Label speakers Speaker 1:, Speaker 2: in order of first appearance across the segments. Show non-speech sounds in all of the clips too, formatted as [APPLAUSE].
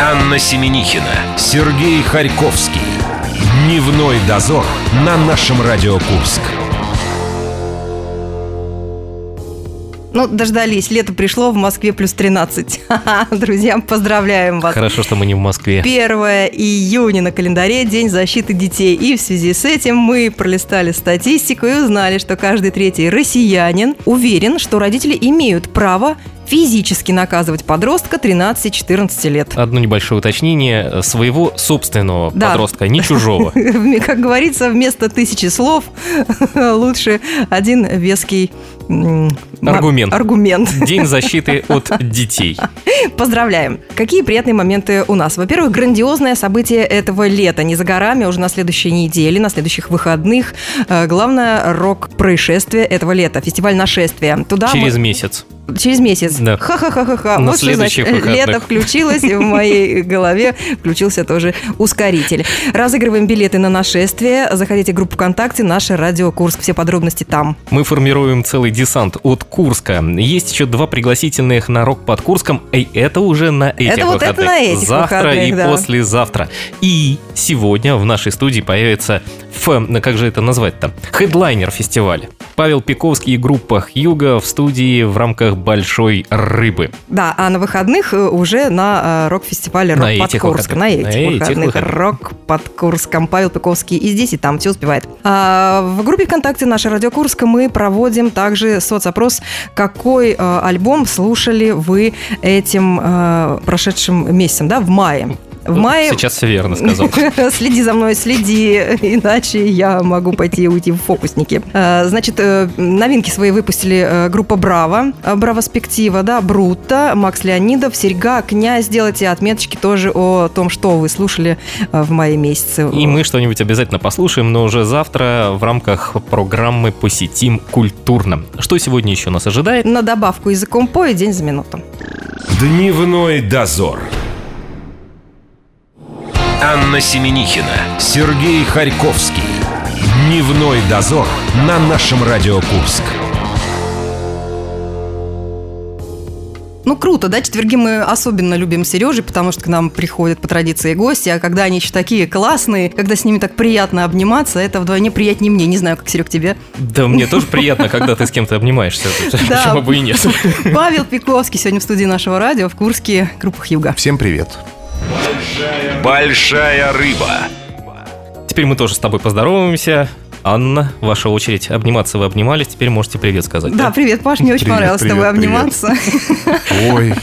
Speaker 1: Анна Семенихина, Сергей Харьковский. Дневной дозор на нашем Радио Курск.
Speaker 2: Ну, дождались. Лето пришло, в Москве плюс 13. Ха-ха, Друзья, поздравляем вас.
Speaker 3: Хорошо, что мы не в Москве.
Speaker 2: 1 июня на календаре День защиты детей. И в связи с этим мы пролистали статистику и узнали, что каждый третий россиянин уверен, что родители имеют право физически наказывать подростка 13-14 лет. [LAUGHS]
Speaker 3: Одно небольшое уточнение. Своего собственного
Speaker 2: Да.
Speaker 3: подростка, не чужого.
Speaker 2: Как говорится, вместо тысячи слов [LAUGHS] лучше один веский м,
Speaker 3: Аргумент.
Speaker 2: аргумент.
Speaker 3: День защиты от детей.
Speaker 2: Поздравляем! Какие приятные моменты у нас? Во-первых, грандиозное событие этого лета. Не за горами, а уже на следующей неделе, на следующих выходных. Э, Главное рок-происшествие этого лета. Фестиваль нашествия. Туда мы-
Speaker 3: Через месяц.
Speaker 2: Через месяц.
Speaker 3: Да.
Speaker 2: Ха-ха-ха-ха-ха.
Speaker 3: На
Speaker 2: Вот что значит,
Speaker 3: следующих выходных.
Speaker 2: лето включилось, и в моей голове включился тоже ускоритель. Разыгрываем билеты на нашествие. Заходите в группу ВКонтакте «Наше Радио Курск». Все подробности там.
Speaker 3: Мы формируем целый десант от Курска. Есть еще два пригласительных на рок под Курском. И это уже на этих
Speaker 2: Это вот это
Speaker 3: выходных.
Speaker 2: на этих
Speaker 3: Завтра
Speaker 2: выходных,
Speaker 3: и
Speaker 2: да.
Speaker 3: послезавтра. И сегодня в нашей студии появится ф... ну, Как же это назвать-то? Хедлайнер фестиваля. Павел Пиковский и группа Хьюга в студии в рамках «Большой рыбы».
Speaker 2: Да, а на выходных э, уже на э, рок-фестивале
Speaker 3: На
Speaker 2: «Рок под
Speaker 3: этих
Speaker 2: Курск».
Speaker 3: выходных.
Speaker 2: На этих
Speaker 3: На этих
Speaker 2: выходных
Speaker 3: выходных.
Speaker 2: «Рок под Курском». Павел Пыковский и здесь, и там. Все успевает. А, в группе ВКонтакте «Наше Радио Курск» мы проводим также соцопрос, какой э, альбом слушали вы этим э, прошедшим месяцем, да, в мае.
Speaker 3: Ну,
Speaker 2: В мае...
Speaker 3: Сейчас все верно сказал.
Speaker 2: [LAUGHS] Следи за мной, следи, иначе я могу пойти и уйти в фокусники. Э, Значит, э, новинки свои выпустили э, группа Браво, э, Браво Спектива, да, Брута, Макс Леонидов, Серьга, Князь. Сделайте отметочки тоже о том, что вы слушали э, в мае месяце.
Speaker 3: И мы что-нибудь обязательно послушаем, но уже завтра в рамках программы «Посетим культурно». Что сегодня еще нас ожидает?
Speaker 2: На добавку языком по и день за минуту.
Speaker 1: Дневной дозор. Анна Семенихина, Сергей Харьковский. Дневной дозор на нашем Радио Курск.
Speaker 2: Ну, круто, да? Четверги мы особенно любим Сережи, потому что к нам приходят по традиции гости, а когда они еще такие классные, когда с ними так приятно обниматься, это вдвойне приятнее мне. Не знаю, как, Серег, тебе.
Speaker 3: Да мне тоже приятно, когда ты с
Speaker 2: [LAUGHS]
Speaker 3: кем-то обнимаешься.
Speaker 2: Да.
Speaker 3: Почему бы и нет?
Speaker 2: Павел Пиковский сегодня в студии нашего радио в Курске, группах Юга.
Speaker 4: Всем привет.
Speaker 1: Большая рыба.
Speaker 3: Теперь мы тоже с тобой поздороваемся. Анна, ваша очередь. Обниматься вы обнимались, теперь можете привет сказать.
Speaker 2: Да, привет, Паш, мне очень
Speaker 4: Привет,
Speaker 2: понравилось с тобой
Speaker 4: привет, привет.
Speaker 2: обниматься. [LAUGHS]
Speaker 4: Ой,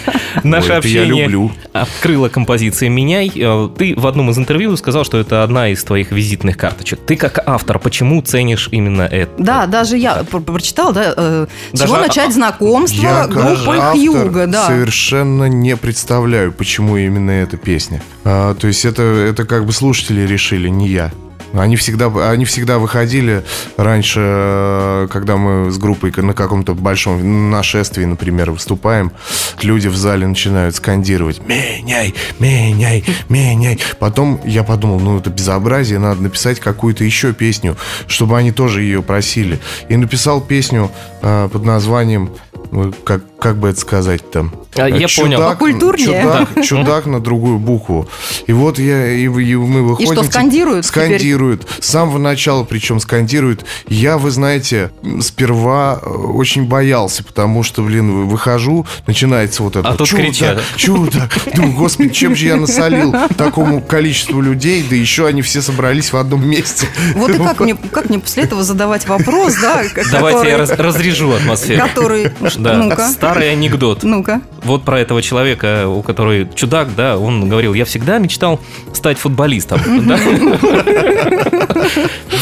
Speaker 3: Наше
Speaker 4: ой, это я
Speaker 3: общение.
Speaker 4: люблю.
Speaker 3: Открыла композиция «Меняй». Э, Ты в одном из интервью сказал, что это одна из твоих визитных карточек. Ты как автор, почему ценишь именно это?
Speaker 2: Да, даже я про- прочитал, да, э, с
Speaker 3: Даже
Speaker 2: чего
Speaker 3: а-
Speaker 2: начать
Speaker 4: Я
Speaker 2: знакомство
Speaker 4: как
Speaker 2: группой
Speaker 4: автор
Speaker 2: Хьюга, да.
Speaker 4: совершенно не представляю, почему именно эта песня. А, то есть это, это как бы слушатели решили, не я. Они всегда, они всегда выходили раньше, э, когда мы с группой на каком-то большом нашествии, например, выступаем, люди в зале начинают скандировать «Меняй! Меняй! Меняй!» Потом я подумал, ну это безобразие, надо написать какую-то еще песню, чтобы они тоже ее просили. И написал песню э, под названием ну, как, как бы это сказать там?
Speaker 3: А, я понял.
Speaker 2: Покультурнее.
Speaker 3: [LAUGHS]
Speaker 4: Чудак, чудак на другую букву. И вот я, и, и мы выходим... типа,
Speaker 2: что, скандируют теперь?
Speaker 4: Скандируют. С самого начала причем скандируют. Я, вы знаете, м, сперва э, очень боялся, потому что, блин, вы- выхожу, начинается вот это.
Speaker 3: А тут кричат.
Speaker 4: чудак. Думаю, господи, чем же я насолил такому количеству людей, да еще они все собрались в
Speaker 2: [LAUGHS]
Speaker 4: одном месте.
Speaker 2: Вот и как мне, как мне после этого задавать вопрос, да, к-
Speaker 3: Давайте
Speaker 2: который-
Speaker 3: я раз- разрежу атмосферу.
Speaker 2: который,
Speaker 3: Да,
Speaker 2: ну-ка,
Speaker 3: старый анекдот.
Speaker 2: ну-ка.
Speaker 3: Вот про этого человека, у которого чудак, да, он говорил, я всегда мечтал стать футболистом. да».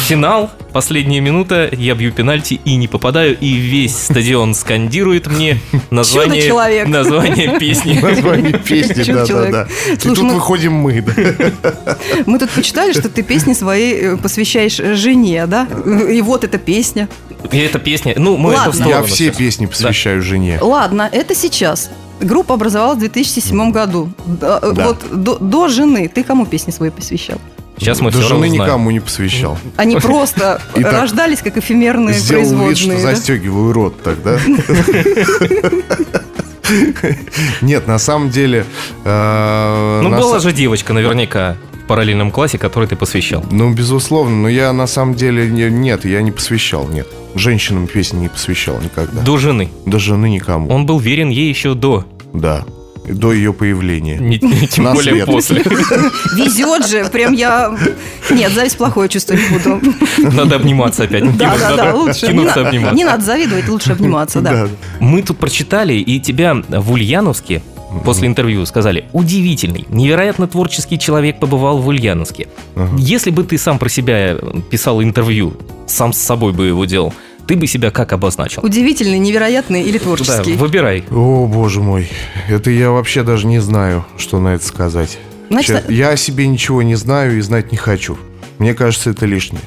Speaker 3: Финал, последняя минута, я бью пенальти и не попадаю, и весь стадион скандирует мне название,
Speaker 2: Чудо-человек.
Speaker 3: название песни.
Speaker 4: Название песни,
Speaker 2: Чудо человек.
Speaker 4: да-да-да. И
Speaker 2: Слушай,
Speaker 4: тут
Speaker 2: ну-
Speaker 4: выходим мы, да.
Speaker 2: Мы тут почитали, что ты песни свои э, посвящаешь жене, да? И вот эта песня.
Speaker 3: И эта песня, ну, мы
Speaker 2: Ладно.
Speaker 3: это в сторону
Speaker 4: Я все
Speaker 3: сейчас.
Speaker 4: песни посвящаю жене.
Speaker 2: Ладно, это сейчас. Группа образовалась в 2007 году. Да, э,
Speaker 4: Да.
Speaker 2: Вот до, до жены ты кому песни свои посвящал?
Speaker 3: Сейчас мы
Speaker 4: Да
Speaker 3: все
Speaker 4: жены
Speaker 3: узнаем.
Speaker 4: никому не посвящал.
Speaker 2: Они просто
Speaker 4: Итак,
Speaker 2: рождались как эфемерные
Speaker 4: Сделал [LAUGHS]
Speaker 2: производные.
Speaker 4: вид, что
Speaker 2: да?
Speaker 4: застегиваю рот тогда. Нет, на самом деле... э,
Speaker 3: Ну,
Speaker 4: на
Speaker 3: была
Speaker 4: са-
Speaker 3: же девочка наверняка в параллельном классе, которой ты посвящал.
Speaker 4: Ну, безусловно, но я на самом деле... не- Нет, я не посвящал, нет. Женщинам песни не посвящал никогда.
Speaker 3: До жены.
Speaker 4: Даже ну никому.
Speaker 3: Он был верен ей еще до.
Speaker 4: Да. До ее появления.
Speaker 3: Не- не- Тем
Speaker 4: На
Speaker 3: более
Speaker 4: свет.
Speaker 3: после.
Speaker 2: Везет же, прям я... Нет, зависть плохое чувство не буду.
Speaker 3: Надо обниматься опять.
Speaker 2: Да, да, да, лучше. Не
Speaker 3: Кинуться
Speaker 2: на-
Speaker 3: обниматься.
Speaker 2: Не надо завидовать, лучше
Speaker 4: [LAUGHS]
Speaker 2: обниматься, да.
Speaker 3: Мы тут прочитали, и тебя в Ульяновске после интервью сказали «Удивительный, невероятно творческий человек побывал в Ульяновске».
Speaker 4: Ага.
Speaker 3: Если бы ты сам про себя э, писал интервью, сам с собой бы его делал, ты бы себя как обозначил?
Speaker 2: Удивительный, невероятный или
Speaker 3: Да,
Speaker 2: творческий?
Speaker 3: выбирай.
Speaker 4: О, боже мой. Это я вообще даже не знаю, что на это сказать.
Speaker 2: Значит,
Speaker 4: Честно, Я о себе ничего не знаю и знать не хочу. Мне кажется, это лишнее.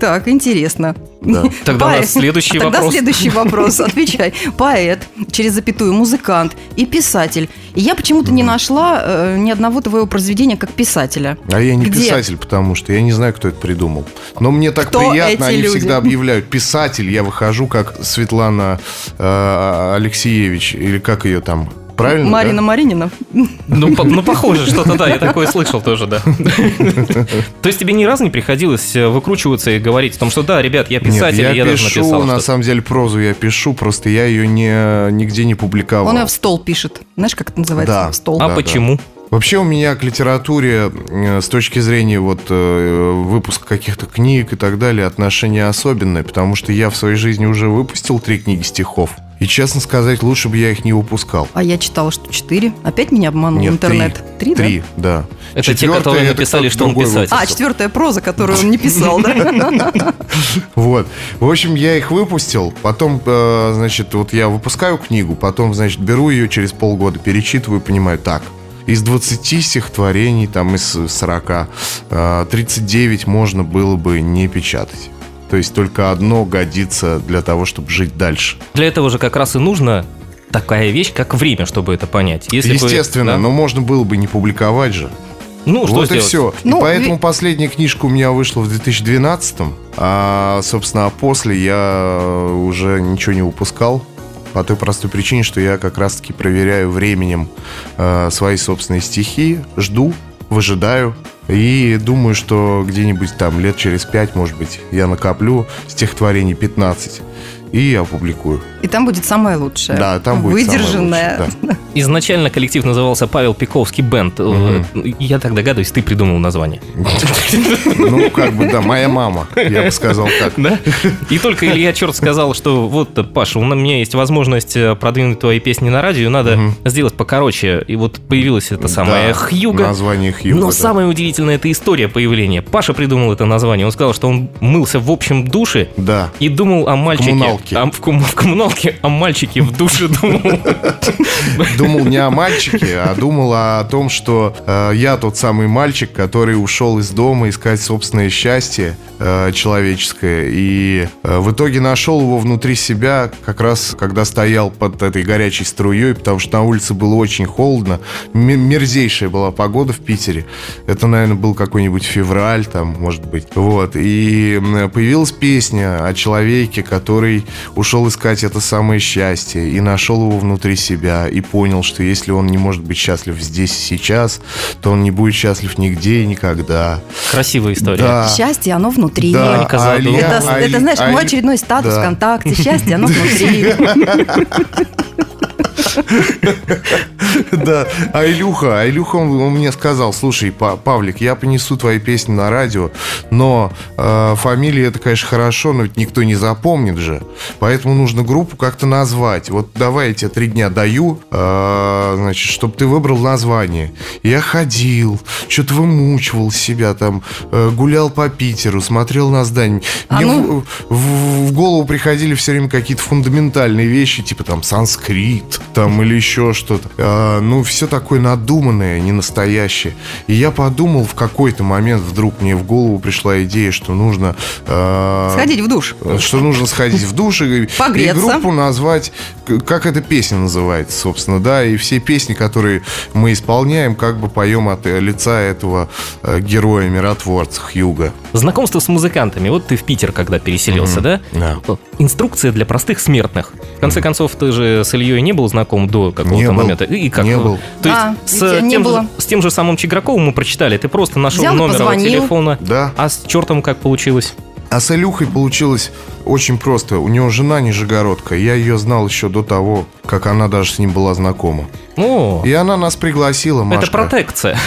Speaker 2: так, интересно. [LAUGHS]
Speaker 4: Да.
Speaker 3: Тогда у нас
Speaker 2: Поэ-
Speaker 3: следующий
Speaker 2: Тогда
Speaker 3: вопрос.
Speaker 2: следующий вопрос, отвечай. Поэт, через запятую, музыкант и писатель. И я почему-то не нашла э, ни одного твоего произведения как писателя.
Speaker 4: А я не
Speaker 2: Где?
Speaker 4: писатель, потому что я не знаю, кто это придумал. Но мне так
Speaker 2: Кто
Speaker 4: приятно,
Speaker 2: эти
Speaker 4: они
Speaker 2: люди?
Speaker 4: всегда объявляют. Писатель, я выхожу как Светлана э, Алексеевич, или как ее там, правильно?
Speaker 2: Марина
Speaker 4: да?
Speaker 2: Маринина.
Speaker 3: Ну, по- ну, похоже, что-то да, я такое слышал тоже,
Speaker 4: [LAUGHS]
Speaker 3: да. То есть тебе ни разу не приходилось э, выкручиваться и говорить о том, что да, ребят, я
Speaker 4: Нет,
Speaker 3: писатель,
Speaker 4: я,
Speaker 3: и я даже
Speaker 4: пишу,
Speaker 3: написал
Speaker 4: на
Speaker 3: что-то».
Speaker 4: самом деле прозу я пишу, просто я ее не, нигде не публиковал.
Speaker 2: Он ее в стол пишет. Знаешь, как это называется?
Speaker 4: А Да.
Speaker 2: В стол.
Speaker 3: А
Speaker 4: да.
Speaker 3: почему?
Speaker 4: Вообще у меня к литературе э, с точки зрения вот э, выпуска каких-то книг и так далее отношение особенное, потому что я в своей жизни уже выпустил три книги стихов. И честно сказать, лучше бы я их не выпускал.
Speaker 2: А я читала, что четыре. Опять меня обманул
Speaker 4: Нет,
Speaker 2: интернет.
Speaker 4: Три,
Speaker 2: да?
Speaker 4: три, да.
Speaker 3: Это те,
Speaker 4: Четвёртый
Speaker 3: которые
Speaker 4: это
Speaker 3: написали,
Speaker 4: кто-то
Speaker 3: что он
Speaker 4: другой
Speaker 3: писатель.
Speaker 2: А, четвертая проза, которую он не писал,
Speaker 4: [LAUGHS]
Speaker 2: да?
Speaker 4: Вот. В общем, я их выпустил. Потом, э, значит, вот я выпускаю книгу, потом, значит, беру ее через полгода, перечитываю, понимаю, так. Из 20 стихотворений, там, из 40, э, 39 можно было бы не печатать. То есть только одно годится для того, чтобы жить дальше.
Speaker 3: Для этого же как раз и нужно такая вещь, как время, чтобы это понять. Если бы-
Speaker 4: Естественно,
Speaker 3: да.
Speaker 4: но можно было бы не публиковать же.
Speaker 3: Ну, что
Speaker 4: вот
Speaker 3: сделать?
Speaker 4: и все.
Speaker 2: Ну,
Speaker 4: и поэтому
Speaker 2: ви-
Speaker 4: последняя книжка у меня вышла в 2012 а, собственно, а после я уже ничего не выпускал. По той простой причине, что я как раз-таки проверяю временем э, свои собственные стихи, жду, выжидаю. И думаю, что где-нибудь там лет через пять, может быть, я накоплю стихотворений 15 и опубликую.
Speaker 2: И там будет самое лучшее.
Speaker 4: Да, там будет самое
Speaker 2: Выдержанное.
Speaker 4: лучшее, да.
Speaker 3: Изначально коллектив назывался Павел Пиковский Бенд. Э, Я так догадываюсь, ты придумал название.
Speaker 4: Ну, как бы, да, моя мама, я бы сказал так.
Speaker 3: Да? [LAUGHS] И только Илья Черт сказал, что вот, э, Паша, у меня есть возможность э, продвинуть твои песни на радио, надо сделать покороче. И вот появилась эта самая
Speaker 4: Да,
Speaker 3: Хьюга.
Speaker 4: Название Хьюга.
Speaker 3: Но
Speaker 4: да.
Speaker 3: самое удивительное это история появления. Паша придумал это название. Он сказал, что он мылся в общем душе
Speaker 4: Да.
Speaker 3: и думал о мальчике.
Speaker 4: коммуналке.
Speaker 3: О- в, ком- в коммуналке, о мальчике в душе
Speaker 4: [LAUGHS]
Speaker 3: думал.
Speaker 4: Думал не о мальчике, а думал о том, что э, я тот самый мальчик, который ушел из дома искать собственное счастье э, человеческое. И э, в итоге нашел его внутри себя, как раз когда стоял под этой горячей струей, потому что на улице было очень холодно. Ме- Мерзейшая была погода в Питере. Это, наверное, был какой-нибудь февраль, там, может быть. Вот. И м, появилась песня о человеке, который ушел искать это самое счастье и нашел его внутри себя и понял, что если он не может быть счастлив здесь и сейчас, то он не будет счастлив нигде и никогда.
Speaker 3: Красивая история.
Speaker 4: Да.
Speaker 2: Счастье, оно внутри.
Speaker 4: Да,
Speaker 3: Ленька задумал.
Speaker 4: Алия-
Speaker 2: Это,
Speaker 4: Али-
Speaker 2: это, знаешь, мой
Speaker 4: Али-
Speaker 2: очередной статус
Speaker 4: да.
Speaker 2: ВКонтакте. Счастье, оно
Speaker 4: [LAUGHS]
Speaker 2: внутри.
Speaker 4: [LAUGHS] Да, а Илюха, а Илюха, он, он мне сказал, слушай, Па- Павлик, я понесу твои песни на радио, но э, фамилия это, конечно, хорошо, но ведь никто не запомнит же, поэтому нужно группу как-то назвать. Вот давай я тебе три дня даю, э, значит, чтобы ты выбрал название. Я ходил, что-то вымучивал себя там, э, гулял по Питеру, смотрел на здание.
Speaker 2: А
Speaker 4: Мне
Speaker 2: ну-
Speaker 4: в, в- в голову приходили все время какие-то фундаментальные вещи, типа там санскрит, там или еще что-то. А, ну, все такое надуманное, не настоящее. И я подумал, в какой-то момент вдруг мне в голову пришла идея, что нужно... а,
Speaker 2: Сходить в душ.
Speaker 4: что нужно сходить в душ и, и
Speaker 2: Погреться.
Speaker 4: группу назвать, к- как эта песня называется, собственно, да, и все песни, которые мы исполняем, как бы поем от э, лица этого э, героя-миротворца Хьюга.
Speaker 3: Знакомство с музыкантами. Вот ты в Питер когда переселился, да?
Speaker 4: Да.
Speaker 3: Инструкция для простых смертных. В конце концов, ты же с Ильей не был знаком до
Speaker 4: Не
Speaker 3: какого-то
Speaker 4: был.
Speaker 3: момента. И как?
Speaker 4: не
Speaker 3: ну,
Speaker 4: был.
Speaker 3: То есть
Speaker 2: А,
Speaker 3: с,
Speaker 2: ведь не
Speaker 3: тем
Speaker 2: было.
Speaker 3: Же, с тем же самым Чиграковым мы прочитали. Ты просто нашел
Speaker 2: Взял и
Speaker 3: номер его
Speaker 2: позвонил.
Speaker 3: телефона.
Speaker 4: Да.
Speaker 3: А с чертом как получилось?
Speaker 4: А с Илюхой получилось очень просто. У него жена нижегородка. Я ее знал еще до того, как она даже с ним была знакома.
Speaker 3: О,
Speaker 4: И она нас пригласила, Машка.
Speaker 3: это протекция.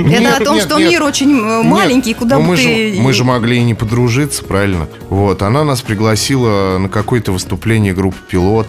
Speaker 2: Это о том,
Speaker 4: нет,
Speaker 2: что
Speaker 4: нет.
Speaker 2: мир очень э,
Speaker 4: Нет,
Speaker 2: маленький, куда
Speaker 4: ну
Speaker 2: бы
Speaker 4: мы
Speaker 2: ты...
Speaker 4: Же, мы же могли и не подружиться, правильно? Вот, она нас пригласила на какое-то выступление группы «Пилот».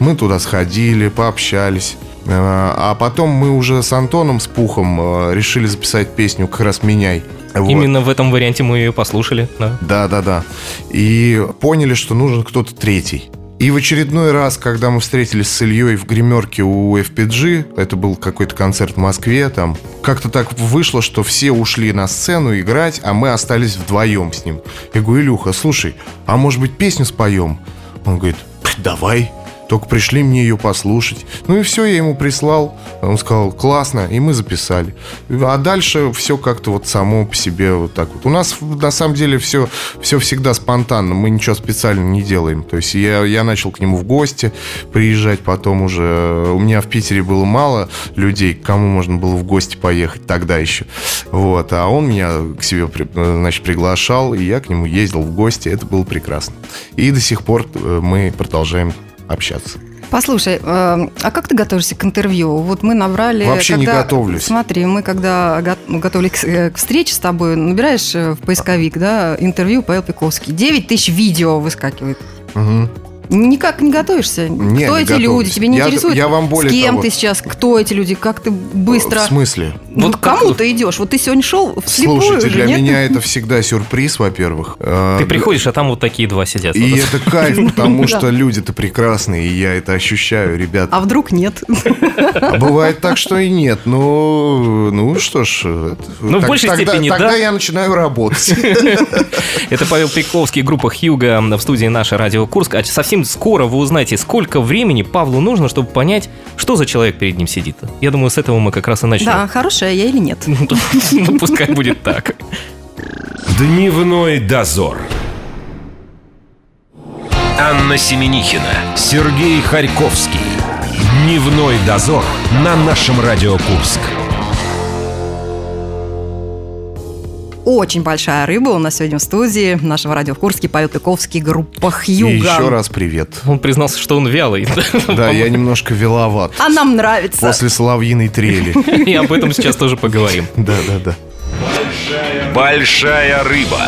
Speaker 4: Мы туда сходили, пообщались. Э, А потом мы уже с Антоном, с Пухом э, решили записать песню «Как раз меняй». Вот.
Speaker 3: Именно в этом варианте мы ее послушали. да.
Speaker 4: Да, да, да. И поняли, что нужен кто-то третий. И в очередной раз, когда мы встретились с Ильей в гримерке у FPG, это был какой-то концерт в Москве, там как-то так вышло, что все ушли на сцену играть, а мы остались вдвоем с ним. Я говорю, Илюха, слушай, а может быть песню споем? Он говорит, давай. Только пришли мне ее послушать. Ну и все, я ему прислал. Он сказал, классно, и мы записали. А дальше все как-то вот само по себе вот так вот. У нас на самом деле все, все всегда спонтанно, мы ничего специально не делаем. То есть я, я начал к нему в гости приезжать, потом уже... э, У меня в Питере было мало людей, к кому можно было в гости поехать тогда еще. Вот, а он меня к себе при- э, значит, приглашал, и я к нему ездил в гости, это было прекрасно. И до сих пор э, мы продолжаем общаться.
Speaker 2: Послушай, э, а как ты готовишься к интервью? Вот мы набрали...
Speaker 4: Вообще не
Speaker 2: когда-
Speaker 4: готовлюсь.
Speaker 2: Смотри, мы когда го- готовили к, с- э, к встрече с тобой, набираешь э, в поисковик, да, интервью Павел Пиковский. 9 тысяч видео выскакивает.
Speaker 4: Мгм.
Speaker 2: Никак не готовишься?
Speaker 4: Не,
Speaker 2: кто
Speaker 4: не
Speaker 2: эти
Speaker 4: готовлюсь.
Speaker 2: люди? Тебе не
Speaker 4: Я-
Speaker 2: интересует,
Speaker 4: я вам более
Speaker 2: с кем
Speaker 4: того-
Speaker 2: ты сейчас, кто эти люди, как ты быстро...
Speaker 4: В смысле?
Speaker 2: Ну,
Speaker 3: Вот
Speaker 2: к
Speaker 3: как-
Speaker 2: кому ты идешь? Вот ты сегодня шел вслепую
Speaker 4: Слушайте,
Speaker 2: же,
Speaker 4: для
Speaker 2: нет?
Speaker 4: меня это всегда сюрприз, во-первых. Э,
Speaker 3: Ты приходишь, а там вот такие два сидят.
Speaker 4: И это
Speaker 2: [LAUGHS]
Speaker 4: кайф, потому
Speaker 2: Да.
Speaker 4: что люди-то прекрасные, и я это ощущаю, ребята.
Speaker 2: А вдруг
Speaker 4: [LAUGHS]
Speaker 2: нет?
Speaker 4: А бывает так, что и нет. Ну, ну что ж. э,
Speaker 3: Ну, в большей
Speaker 4: тогда,
Speaker 3: степени
Speaker 4: Тогда
Speaker 3: да.
Speaker 4: я
Speaker 2: [LAUGHS]
Speaker 4: начинаю работать.
Speaker 3: Это Павел Пиковский, группа Хьюга в студии «Наша Радио Курск». А совсем скоро вы узнаете, сколько времени Павлу нужно, чтобы понять, что за человек перед ним сидит. Я думаю, с этого мы как раз и
Speaker 2: Да,
Speaker 3: начнем.
Speaker 2: хорошая я или
Speaker 4: [LAUGHS]
Speaker 2: нет?
Speaker 3: [LAUGHS] Ну, пускай будет так.
Speaker 1: Дневной дозор. Анна Семенихина, Сергей Харьковский. Дневной дозор на нашем Радио Курск.
Speaker 2: Очень большая рыба у нас сегодня в студии нашего радио в Курске Павел Пиковский, группа
Speaker 4: И
Speaker 2: Хьюга.
Speaker 4: еще раз привет.
Speaker 2: [LAUGHS]
Speaker 3: Он признался, что он вялый.
Speaker 4: Да, я немножко виловат.
Speaker 2: А нам нравится.
Speaker 4: После
Speaker 2: [LAUGHS]
Speaker 4: соловьиной трели.
Speaker 3: И об этом сейчас тоже поговорим.
Speaker 4: Да, да, да.
Speaker 1: Большая рыба.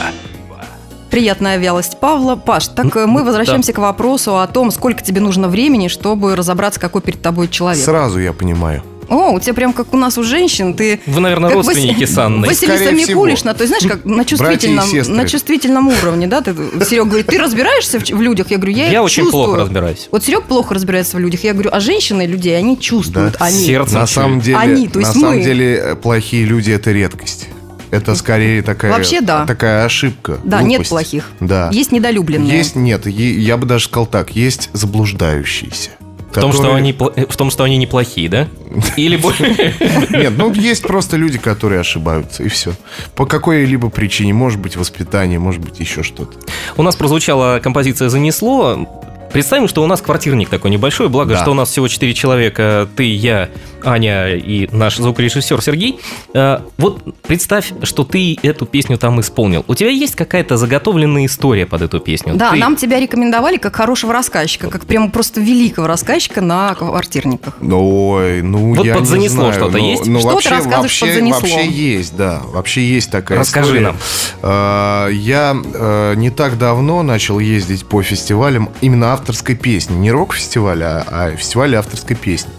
Speaker 2: Приятная вялость Павла. Паш, так
Speaker 4: Ну,
Speaker 2: э, мы возвращаемся к вопросу о том, сколько тебе нужно времени, чтобы разобраться, какой перед тобой человек.
Speaker 4: Сразу я понимаю.
Speaker 2: О, у тебя прям как у нас у женщин, ты...
Speaker 3: Вы, наверное,
Speaker 2: как Вас-
Speaker 3: родственники с Анной.
Speaker 2: Василиса
Speaker 4: Скорее всего.
Speaker 2: Микулишна, то есть, знаешь, как на чувствительном,
Speaker 4: сестры.
Speaker 2: на чувствительном уровне, да? Ты, Серега говорит, ты разбираешься в, ч- в людях? Я говорю, я,
Speaker 3: Я
Speaker 2: их
Speaker 3: очень
Speaker 2: чувствую».
Speaker 3: плохо разбираюсь.
Speaker 2: Вот Серег плохо разбирается в людях. Я говорю, а женщины людей, они чувствуют.
Speaker 4: Да.
Speaker 2: Они.
Speaker 3: Сердцем
Speaker 4: На
Speaker 3: чует.
Speaker 4: самом деле,
Speaker 2: Они, то есть
Speaker 4: на самом
Speaker 2: мы.
Speaker 4: деле э, плохие люди это редкость. Это скорее такая,
Speaker 2: Вообще да.
Speaker 4: такая ошибка.
Speaker 2: Да, нет
Speaker 4: глупость.
Speaker 2: плохих.
Speaker 4: Да.
Speaker 2: Есть недолюбленные.
Speaker 4: Есть, нет, е- я бы даже сказал так, есть заблуждающиеся.
Speaker 3: В том, что
Speaker 4: [LAUGHS]
Speaker 3: они, пла- э, в том, что они неплохие, да? Или более...
Speaker 4: Нет, ну есть просто люди, которые ошибаются, и все. По какой-либо причине, может быть, воспитание, может быть, еще что-то.
Speaker 3: У нас прозвучала композиция «Занесло». Представим, что у нас квартирник такой небольшой, благо,
Speaker 4: Да.
Speaker 3: что у нас всего четыре человека, ты, я, Аня и наш звукорежиссер Сергей. Э, Вот представь, что ты эту песню там исполнил. У тебя есть какая-то заготовленная история под эту песню?
Speaker 2: Да,
Speaker 3: Ты-
Speaker 2: нам тебя рекомендовали как хорошего рассказчика, как прям просто великого рассказчика на квартирниках.
Speaker 4: Ну, Ой, ну
Speaker 3: Вот
Speaker 4: я не
Speaker 3: подзанесло
Speaker 4: знаю.
Speaker 3: что-то
Speaker 4: Ну,
Speaker 3: есть?
Speaker 4: ну,
Speaker 2: Что ты
Speaker 4: вообще,
Speaker 2: рассказываешь
Speaker 4: вообще,
Speaker 2: подзанесло?
Speaker 4: вообще есть, да. Вообще есть такая
Speaker 3: Расскажи
Speaker 4: история.
Speaker 3: нам.
Speaker 4: Э, Я э, не так давно начал ездить по фестивалям именно авторской песни. Не рок-фестиваля, а, а фестиваля авторской песни.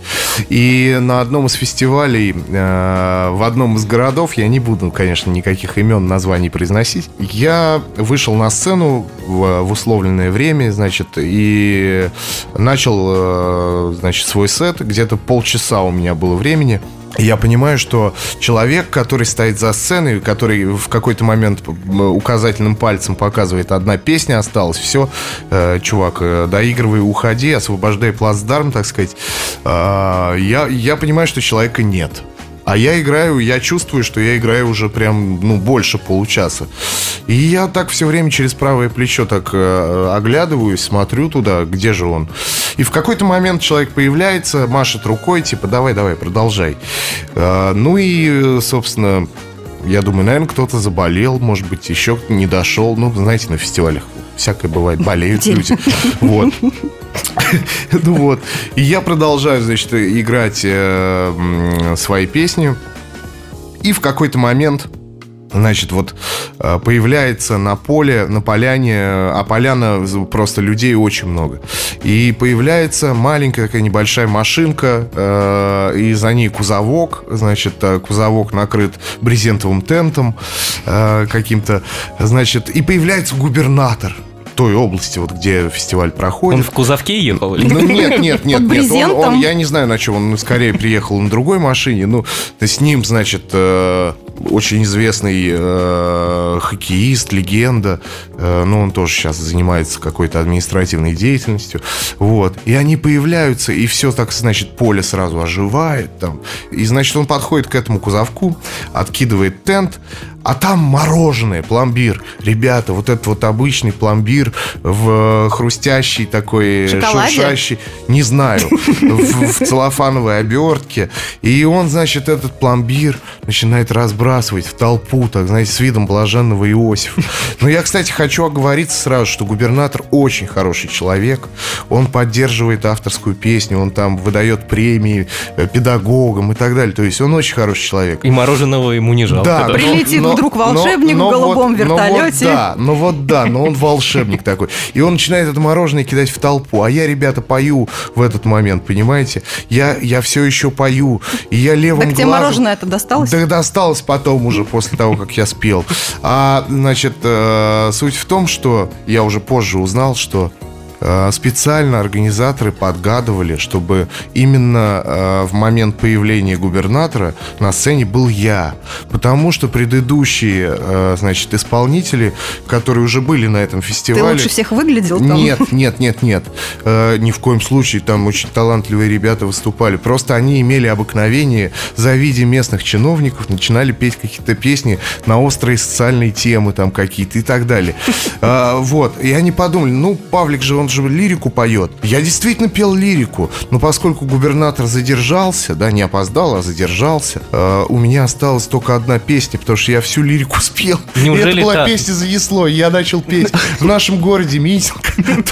Speaker 4: И на одном из фестивалей э, в одном из городов, я не буду, конечно, никаких имен, названий произносить, я вышел на сцену в, в условленное время, значит, и начал, э, значит, свой сет. Где-то полчаса у меня было времени. И Я понимаю, что человек, который стоит за сценой, который в какой-то момент м, указательным пальцем показывает, одна песня осталась, все, чувак, э, доигрывай, уходи, освобождай плацдарм, так сказать. А, я, я понимаю, что человека нет. А я играю, я чувствую, что я играю уже прям, ну, больше получаса. И я так все время через правое плечо так э, оглядываюсь, смотрю туда, где же он. И в какой-то момент человек появляется, машет рукой, типа, давай-давай, продолжай. Э, ну и, собственно, я думаю, наверное, кто-то заболел, может быть, еще не дошел. Ну, знаете, на фестивалях всякое бывает, болеют люди. Вот. [LAUGHS] Ну вот. И я продолжаю, значит, играть э, м, свои песни. И в какой-то момент, значит, вот э, появляется на поле, на поляне, э, а поляна з- просто людей очень много. И появляется маленькая такая небольшая машинка, э, и за ней кузовок, значит, э, кузовок накрыт брезентовым тентом э, каким-то, значит, и появляется губернатор той области, вот где фестиваль проходит.
Speaker 3: Он в кузовке ехал? или?
Speaker 4: Ну, нет, нет, нет, нет. Он- Он,
Speaker 2: Брезентом?
Speaker 4: я не знаю, на чем он скорее приехал на другой машине. Ну, с ним, значит, э, очень известный э, хоккеист, легенда. Э, ну, он тоже сейчас занимается какой-то административной деятельностью. Вот. И они появляются, и все так, значит, поле сразу оживает там. И, значит, он подходит к этому кузовку, откидывает тент, а там мороженое, пломбир. Ребята, вот этот вот обычный пломбир в э, хрустящий такой, э,
Speaker 2: Шоколаде?
Speaker 4: шуршащий, не знаю, в, в целлофановой обертке. И он, значит, этот пломбир начинает разбрасывать в толпу, так, знаете, с видом блаженного Иосифа. Но я, кстати, хочу оговориться сразу, что губернатор очень хороший человек. Он поддерживает авторскую песню, он там выдает премии э, педагогам и так далее. То есть он очень хороший человек.
Speaker 3: И мороженого ему не жалко.
Speaker 4: Да,
Speaker 3: да?
Speaker 4: но-
Speaker 2: Прилетит вдруг волшебник в голубом
Speaker 4: вот- но
Speaker 2: вертолете.
Speaker 4: вот да, ну вот да, но он волшебник такой. И он начинает это мороженое кидать в толпу. А я, ребята, пою в этот момент, понимаете? Я, я все еще пою. И я левым
Speaker 2: Так тебе
Speaker 4: глазом-
Speaker 2: мороженое это досталось?
Speaker 4: Да досталось потом уже, после того, как я спел. А, значит, э, суть в том, что я уже позже узнал, что э, специально организаторы подгадывали, чтобы именно э, в момент появления губернатора на сцене был я. Потому что предыдущие, э, значит, исполнители, которые уже были на этом
Speaker 2: Ты
Speaker 4: фестивале...
Speaker 2: лучше всех выглядел там.
Speaker 4: Нет, нет, нет, нет. Э, ни в коем случае там очень талантливые ребята выступали. Просто они имели обыкновение, завидя местных чиновников, начинали петь какие-то песни на острые социальные темы там какие-то и так далее. Э, Вот. И они подумали, ну, Павлик же, он же лирику поет. Я действительно пел лирику, но поскольку губернатор задержался, да, не опоздал, а задержался, э, у меня осталась только одна песня, потому что я всю лирику спел. И
Speaker 3: Неужели
Speaker 4: это была
Speaker 3: так?
Speaker 4: песня песни занесло, и я начал петь. В нашем городе митинг,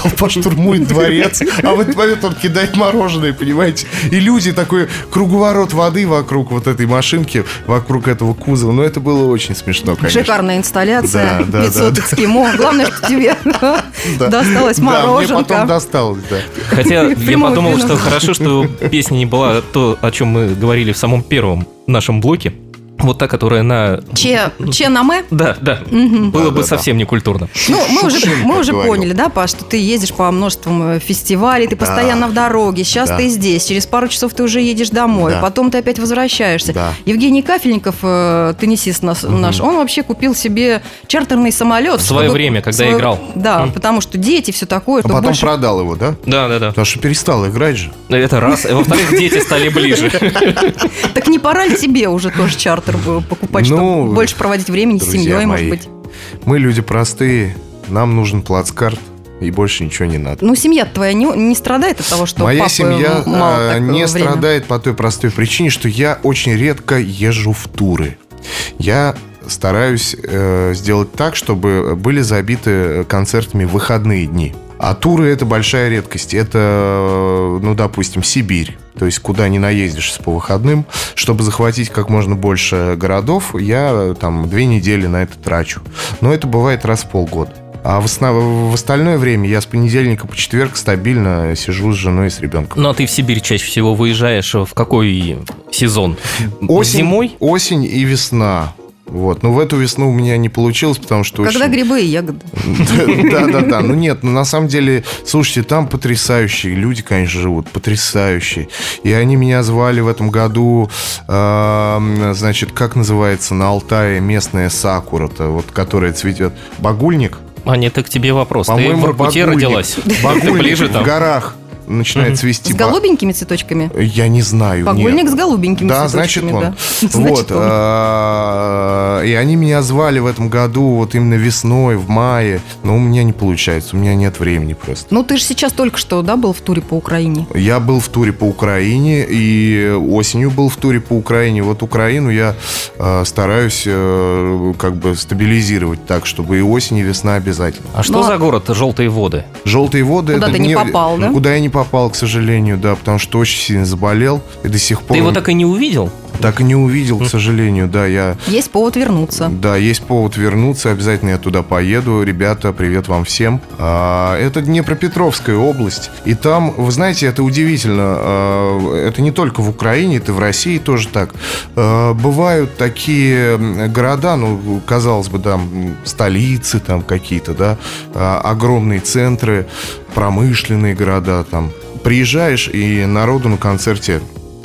Speaker 4: [LAUGHS] толпа штурмует дворец, а в этот момент он кидает мороженое, понимаете? И люди, такой круговорот воды вокруг вот этой машинки, вокруг этого кузова. Но это было очень смешно, конечно.
Speaker 2: Шикарная инсталляция,
Speaker 4: Да, да,
Speaker 2: 500
Speaker 4: да.
Speaker 2: эскимо. Главное, что тебе
Speaker 4: [LAUGHS] Да.
Speaker 2: досталось
Speaker 4: Да, мне потом
Speaker 2: мороженка.
Speaker 4: досталось, да. А
Speaker 2: [LAUGHS]
Speaker 3: Хотя я
Speaker 2: Прямого
Speaker 3: подумал,
Speaker 2: эфира.
Speaker 3: что хорошо, что песня не была то, о чем мы говорили в самом первом нашем блоке. Вот та, которая на...
Speaker 2: Че, че наме?
Speaker 3: Да, да. Было бы
Speaker 4: Да-да-да.
Speaker 3: совсем некультурно.
Speaker 2: Ну, мы уже,
Speaker 4: Шукшин,
Speaker 2: мы
Speaker 4: как
Speaker 2: уже
Speaker 4: говорил.
Speaker 2: поняли, да, Паш, что ты ездишь по множествам э, фестивалей, ты постоянно в дороге, сейчас
Speaker 4: Да.
Speaker 2: ты здесь, через пару часов ты уже едешь домой,
Speaker 4: Да.
Speaker 2: потом ты опять возвращаешься.
Speaker 4: Да.
Speaker 2: Евгений Кафельников, э, теннисист нас- наш, он вообще купил себе чартерный самолет.
Speaker 3: В свое время, когда
Speaker 2: свое-
Speaker 3: играл.
Speaker 2: Да,
Speaker 3: Мгм.
Speaker 2: потому что дети, все такое,
Speaker 4: А
Speaker 2: чтобы
Speaker 4: потом
Speaker 2: больше
Speaker 4: продал его, да?
Speaker 3: Да, да, да.
Speaker 4: Потому что перестал играть же.
Speaker 3: Это раз. А Во-вторых, дети стали ближе.
Speaker 2: Так не пора ли тебе уже тоже чартер э, покупать,
Speaker 4: Ну,
Speaker 2: чтобы больше проводить времени с
Speaker 4: друзья
Speaker 2: семьей,
Speaker 4: мои.
Speaker 2: может быть?
Speaker 4: Мы люди простые, нам нужен плацкарт, и больше ничего не надо.
Speaker 2: Ну, семья твоя не, не страдает от того, что
Speaker 4: Моя
Speaker 2: папы
Speaker 4: семья
Speaker 2: м- мало
Speaker 4: э,
Speaker 2: так, э,
Speaker 4: не
Speaker 2: времени?
Speaker 4: страдает по той простой причине, что я очень редко езжу в туры. Я стараюсь э, сделать так, чтобы были забиты э, концертами выходные дни. А туры это большая редкость. Это, э, ну, допустим, Сибирь. То есть, куда не наездишься по выходным. Чтобы захватить как можно больше городов, я э, там две недели на это трачу. Но это бывает раз в полгода. А в, основ- в остальное время я с понедельника по четверг стабильно сижу с женой и с ребенком.
Speaker 3: Ну а ты в Сибирь чаще всего выезжаешь в какой сезон?
Speaker 4: Осень,
Speaker 3: Зимой?
Speaker 4: Осень и весна. Вот. Но в эту весну у меня не получилось, потому что...
Speaker 2: Когда
Speaker 4: очень-
Speaker 2: грибы и ягоды.
Speaker 4: [LAUGHS] Да-да-да. Ну нет, ну на самом деле, слушайте, там потрясающие люди, конечно, живут, потрясающие. И они меня звали в этом году, эм, значит, как называется на Алтае местная сакура-то, вот которая цветет. Багульник?
Speaker 3: А нет, это к тебе вопрос. Ты в Иркуте
Speaker 4: Багульник.
Speaker 3: родилась. Ты
Speaker 4: Багульник
Speaker 3: ближе
Speaker 4: в
Speaker 3: там.
Speaker 4: горах. начинает
Speaker 3: Мгм.
Speaker 4: цвести...
Speaker 2: С
Speaker 4: ба-
Speaker 2: голубенькими цветочками?
Speaker 4: Я не знаю. Типа, нет.
Speaker 2: Погольник с голубенькими
Speaker 4: Да, значит
Speaker 2: цветочками,
Speaker 4: он.
Speaker 2: да. [LAUGHS]
Speaker 4: Вот.
Speaker 2: Значит, он.
Speaker 4: а, И они меня звали в этом году, вот именно весной, в мае. Но у меня не получается, у меня нет времени просто.
Speaker 2: Ну, ты же сейчас только что, да, был в туре по Украине?
Speaker 4: Я был в туре по Украине и осенью был в туре по Украине. Вот Украину я э, стараюсь э, как бы стабилизировать так, чтобы и осень, и весна обязательно.
Speaker 3: А что
Speaker 2: Ну,
Speaker 3: за город Желтые воды?
Speaker 4: Желтые воды.
Speaker 2: Куда ты не попал, да?
Speaker 4: Куда я не попал, к сожалению, да, потому что очень сильно заболел и до сих пор
Speaker 3: Ты его так и не увидел?
Speaker 4: так и не увидел, к сожалению, да, я
Speaker 2: Есть повод вернуться.
Speaker 4: Да, есть повод вернуться, обязательно я туда поеду. Ребята, привет вам всем. А, это Днепропетровская область. И там, вы знаете, это удивительно. а, это не только в Украине, это и в России тоже так. А, бывают такие м, города, ну, казалось бы, там, м, столицы там какие-то, да, а, огромные центры, промышленные города там. Приезжаешь, и народу на концерте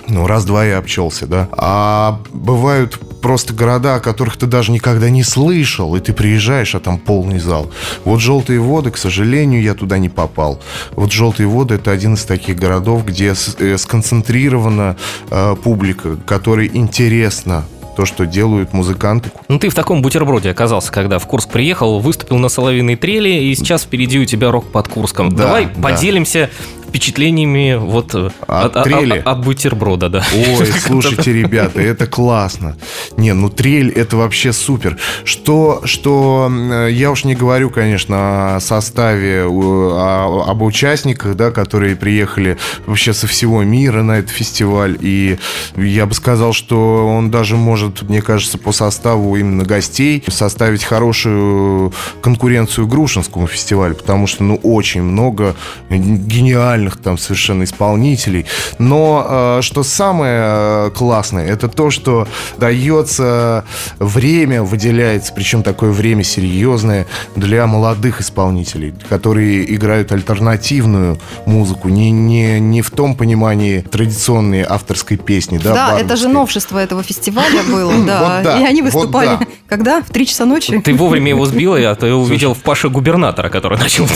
Speaker 4: ну, раз-два я обчелся, да. А бывают просто города, о которых ты даже никогда не слышал, и ты приезжаешь, а там полный зал. Вот «Желтые воды», к сожалению, я туда не попал. Вот «Желтые воды» — это один из таких городов, где с- э, сконцентрирована э, публика, которой интересно то, что делают музыканты.
Speaker 3: Ну, ты в таком бутерброде оказался, когда в Курск приехал, выступил на соловиной трели, и сейчас впереди у тебя рок под Курском.
Speaker 4: Да,
Speaker 3: Давай
Speaker 4: да.
Speaker 3: поделимся впечатлениями вот э,
Speaker 4: От трели.
Speaker 3: от бутерброда, да.
Speaker 4: Ой, слушайте, ребята, это классно. Не, ну трель это вообще супер. Что, что м, э, я уж не говорю, конечно, о составе, у- о- об участниках, да, которые приехали вообще со всего мира на этот фестиваль. И я бы сказал, что он даже может, мне кажется, по составу именно гостей составить хорошую конкуренцию Грушинскому фестивалю, потому что, ну, очень много гениальных там совершенно исполнителей. Но э, что самое э, классное, это то, что дается время, выделяется, причем такое время серьезное для молодых исполнителей, которые играют альтернативную музыку, не, не, не в том понимании традиционной авторской песни. Да,
Speaker 2: Да, это же
Speaker 4: бардовской.
Speaker 2: новшество этого фестиваля было,
Speaker 4: Вот
Speaker 2: да.
Speaker 4: да,
Speaker 2: И они
Speaker 4: вот
Speaker 2: выступали
Speaker 4: да.
Speaker 2: когда? В три часа ночи?
Speaker 3: Ты вовремя его сбила, а то я увидел в Паше губернатора, который начал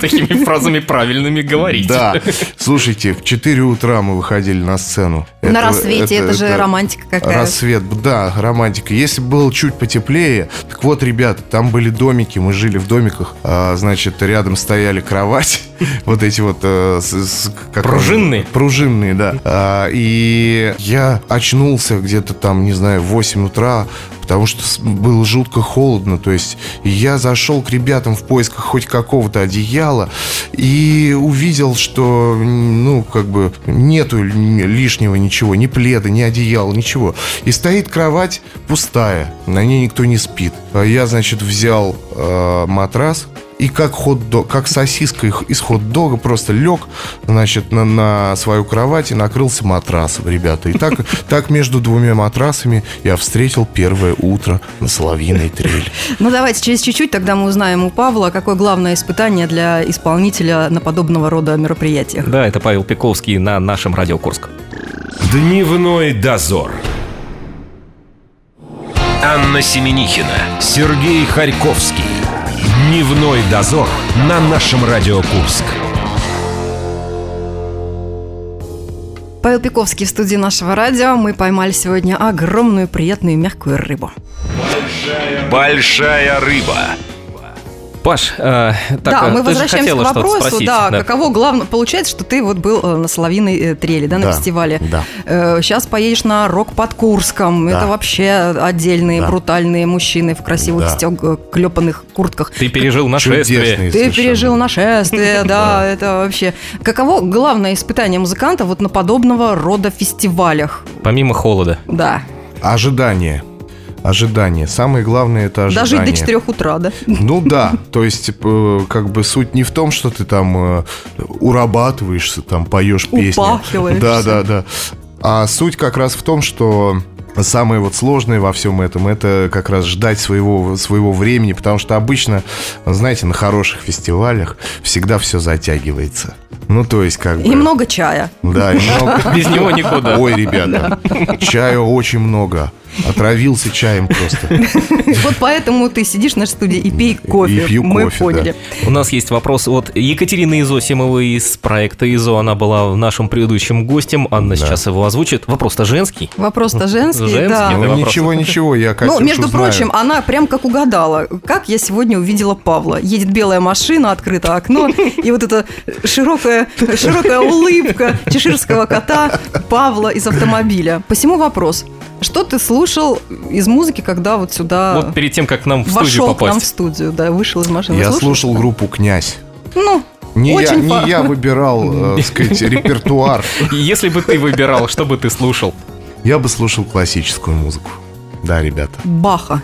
Speaker 3: [LAUGHS] такими фразами правильными говорить.
Speaker 4: Да, слушайте, в 4 утра мы выходили на сцену.
Speaker 2: На рассвете, это же
Speaker 4: романтика.
Speaker 2: романтика какая.
Speaker 4: Рассвет, да, романтика. Если бы было чуть потеплее, так вот, ребята, там были домики, мы жили в домиках, а, значит, рядом стояли кровать, [LAUGHS] вот эти вот... э, с- с- как
Speaker 3: Пружинные?
Speaker 4: он- Пружинные, да. А, И я очнулся где-то там, не знаю, в 8 утра, потому что с- было жутко холодно, то есть я зашел к ребятам в поисках хоть какого-то одеяла и увидел, что, ну, как бы нету лишнего ничего, ни пледа, ни одеяла, ничего. И стоит кровать пустая, на ней никто не спит. А Я, значит, взял э, матрас и как хот-дог, как сосиска их- из хот-дога просто лег, значит, на, на свою кровать и накрылся матрасом, ребята. И так, [LAUGHS] так между двумя матрасами я встретил первое утро на соловьиной трели.
Speaker 2: Ну, давайте через чуть-чуть тогда мы узнаем у Павла, какое главное испытание для исполнителя на подобного рода мероприятиях.
Speaker 3: Да, это Павел Пиковский на нашем Радио Курск.
Speaker 1: Дневной дозор. Анна Семенихина, Сергей Харьковский. Дневной дозор на нашем Радио Курск.
Speaker 2: Павел Пиковский в студии нашего радио. Мы поймали сегодня огромную, приятную, мягкую рыбу.
Speaker 1: Большая рыба.
Speaker 3: Паш, э, так,
Speaker 2: да,
Speaker 3: э,
Speaker 2: мы
Speaker 3: ты же
Speaker 2: возвращаемся к
Speaker 3: хотела что-то
Speaker 2: вопросу,
Speaker 3: спросить,
Speaker 2: да,
Speaker 3: да.
Speaker 2: каково главное, получается, что ты вот был э, на Соловиной э, трели, да, на
Speaker 4: Да,
Speaker 2: фестивале.
Speaker 4: да.
Speaker 2: Сейчас поедешь на рок под Курском.
Speaker 4: Да.
Speaker 2: Это вообще отдельные
Speaker 4: Да.
Speaker 2: брутальные мужчины в красивых
Speaker 4: Да.
Speaker 2: стёг- э, клепанных куртках.
Speaker 3: Ты пережил нашествие.
Speaker 4: Чудесные
Speaker 2: Ты
Speaker 4: совершенно.
Speaker 2: пережил нашествие,
Speaker 4: [LAUGHS]
Speaker 2: да, это вообще. Каково главное испытание музыканта вот на подобного рода фестивалях?
Speaker 3: Помимо холода.
Speaker 2: Да.
Speaker 4: Ожидание. Ожидание. Самое главное это ожидание.
Speaker 2: Дожить до 4 утра, да?
Speaker 4: Ну да, то есть э, как бы суть не в том, что ты там э, урабатываешься, там поешь песни.
Speaker 2: Упахиваешься.
Speaker 4: Да, да, да. А суть как раз в том, что самое вот сложное во всем этом это как раз ждать своего, своего времени, потому что обычно, знаете, на хороших фестивалях всегда все затягивается. Ну то есть как бы...
Speaker 2: И много чая. [LAUGHS]
Speaker 3: [LAUGHS]
Speaker 4: Да, и много.
Speaker 3: Без него никуда.
Speaker 4: Ой, ребята, чая очень много. Отравился чаем просто.
Speaker 2: Вот поэтому ты сидишь в нашей студии и пей
Speaker 4: И
Speaker 2: кофе.
Speaker 4: пью
Speaker 2: Мы
Speaker 4: кофе,
Speaker 2: поняли.
Speaker 3: У нас есть вопрос от Екатерины Изосимовой из проекта ИЗО. Она была в нашем предыдущем гостем. Анна сейчас его озвучит. Вопрос-то женский.
Speaker 2: Вопрос-то женский,
Speaker 3: Женский,
Speaker 2: да.
Speaker 3: Это
Speaker 4: Ну,
Speaker 3: вопрос.
Speaker 4: ничего, ничего, я
Speaker 2: Ну,
Speaker 4: Катюшу
Speaker 2: между
Speaker 4: знаю.
Speaker 2: прочим, она прям как угадала, как я сегодня увидела Павла. Едет белая машина, открыто
Speaker 3: [LAUGHS]
Speaker 2: окно, и вот эта широкая, широкая улыбка чеширского кота Павла из автомобиля. Посему вопрос. Что ты слушал из музыки, когда вот сюда
Speaker 3: Вот перед тем, как нам в студию
Speaker 2: вошел А, к нам в
Speaker 3: попасть.
Speaker 2: студию, да, вышел из машины?
Speaker 4: я
Speaker 2: Слушал?
Speaker 4: слушал группу «Князь».
Speaker 2: Ну,
Speaker 4: Не, я,
Speaker 2: Очень
Speaker 4: не
Speaker 2: фа-
Speaker 3: [LAUGHS]
Speaker 4: я выбирал, э, так сказать, репертуар.
Speaker 3: Если бы ты выбирал, что бы ты слушал?
Speaker 4: Я бы слушал классическую музыку. Да, ребята.
Speaker 2: Баха.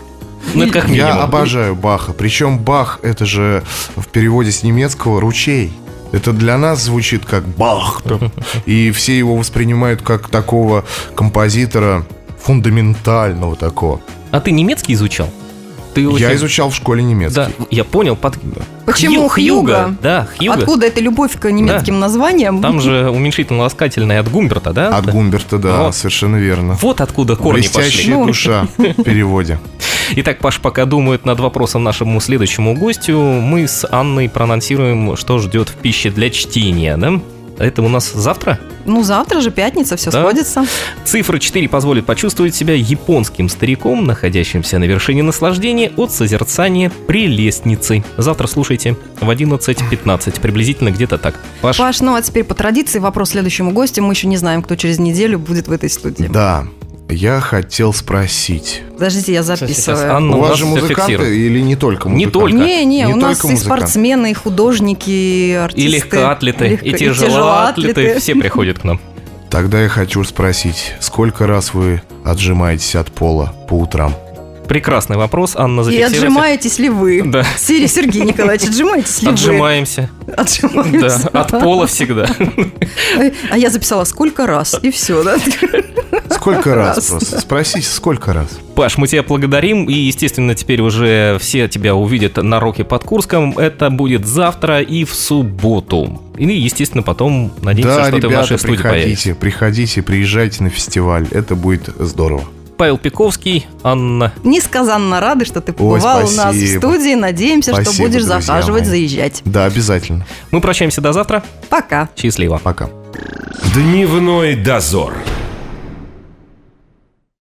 Speaker 3: Ну, это как минимум.
Speaker 4: Я обожаю Баха. Причем Бах это же в переводе с немецкого ручей. Это для нас звучит как Бах. там. И все его воспринимают как такого композитора фундаментального такого.
Speaker 3: А ты немецкий изучал? Ты вот-
Speaker 4: Я изучал в школе немецкий.
Speaker 3: Да, я понял. под-
Speaker 2: Почему
Speaker 3: Хью- Хьюга?
Speaker 2: Хьюга?
Speaker 3: Да, Хьюга.
Speaker 2: Откуда эта любовь к немецким названиям?
Speaker 3: Там же уменьшительно-ласкательное от Гумберта, да?
Speaker 4: От Гумберта, да,
Speaker 3: Вот.
Speaker 4: совершенно верно.
Speaker 3: Вот откуда корни пошли.
Speaker 4: Блестящая
Speaker 2: Ну.
Speaker 4: душа в переводе.
Speaker 3: Итак, Паш пока думает над вопросом нашему следующему гостю. Мы с Анной проанонсируем, что ждет в пище для чтения, да? Это у нас завтра?
Speaker 2: Ну, завтра же пятница, все
Speaker 3: Да.
Speaker 2: сходится.
Speaker 3: Цифра 4 позволит почувствовать себя японским стариком, находящимся на вершине наслаждения от созерцания прелестницы. Завтра слушайте в 11.15, приблизительно где-то так. Паш,
Speaker 2: Паш, ну а теперь по традиции вопрос следующему гостю. Мы еще не знаем, кто через неделю будет в этой студии.
Speaker 4: Да, я хотел спросить.
Speaker 2: Подождите, я
Speaker 3: сейчас, сейчас,
Speaker 2: записываю.
Speaker 3: Анна
Speaker 4: у
Speaker 3: Ну, у
Speaker 4: вас
Speaker 3: нас
Speaker 4: же
Speaker 3: всё
Speaker 4: музыканты
Speaker 3: фиксирует.
Speaker 4: или не только
Speaker 3: Не
Speaker 4: музыканты?
Speaker 3: только.
Speaker 2: Не, не,
Speaker 4: Не
Speaker 2: у нас
Speaker 4: только
Speaker 2: и
Speaker 4: музыканты.
Speaker 2: спортсмены, и художники, и артисты.
Speaker 3: И легкоатлеты,
Speaker 2: Легко-
Speaker 3: и тяжелоатлеты, все приходят к нам.
Speaker 4: Тогда я хочу спросить, сколько раз вы отжимаетесь от пола по утрам?
Speaker 3: Прекрасный вопрос, Анна,
Speaker 2: И
Speaker 3: зафиксируйте.
Speaker 2: отжимаетесь ли вы?
Speaker 3: Да.
Speaker 2: Сери- Сергей Николаевич, отжимаетесь ли
Speaker 3: Отжимаемся.
Speaker 2: вы?
Speaker 3: Да,
Speaker 2: Отжимаемся.
Speaker 3: от пола всегда.
Speaker 2: А я записала, сколько раз, и все, да?
Speaker 3: [LAUGHS]
Speaker 4: Сколько раз
Speaker 2: Раз.
Speaker 4: просто? Спросите, сколько раз?
Speaker 3: Паш, мы тебя благодарим, и, естественно, теперь уже все тебя увидят на Роке под Курском. Это будет завтра и в субботу. Или, естественно, потом надеемся,
Speaker 4: да,
Speaker 3: что ты в
Speaker 4: ребята,
Speaker 3: нашей студии появишься.
Speaker 4: приходите, приходите, приезжайте на фестиваль. Это будет здорово.
Speaker 3: Павел Пиковский, Анна.
Speaker 2: Несказанно рады, что ты побывал у нас в
Speaker 4: спасибо.
Speaker 2: студии. Надеемся, что
Speaker 4: Спасибо,
Speaker 2: будешь
Speaker 4: друзья
Speaker 2: захаживать,
Speaker 4: мои.
Speaker 2: заезжать.
Speaker 4: Да, обязательно.
Speaker 3: Мы прощаемся до завтра.
Speaker 2: Пока.
Speaker 3: Счастливо.
Speaker 4: Пока.
Speaker 1: Дневной дозор.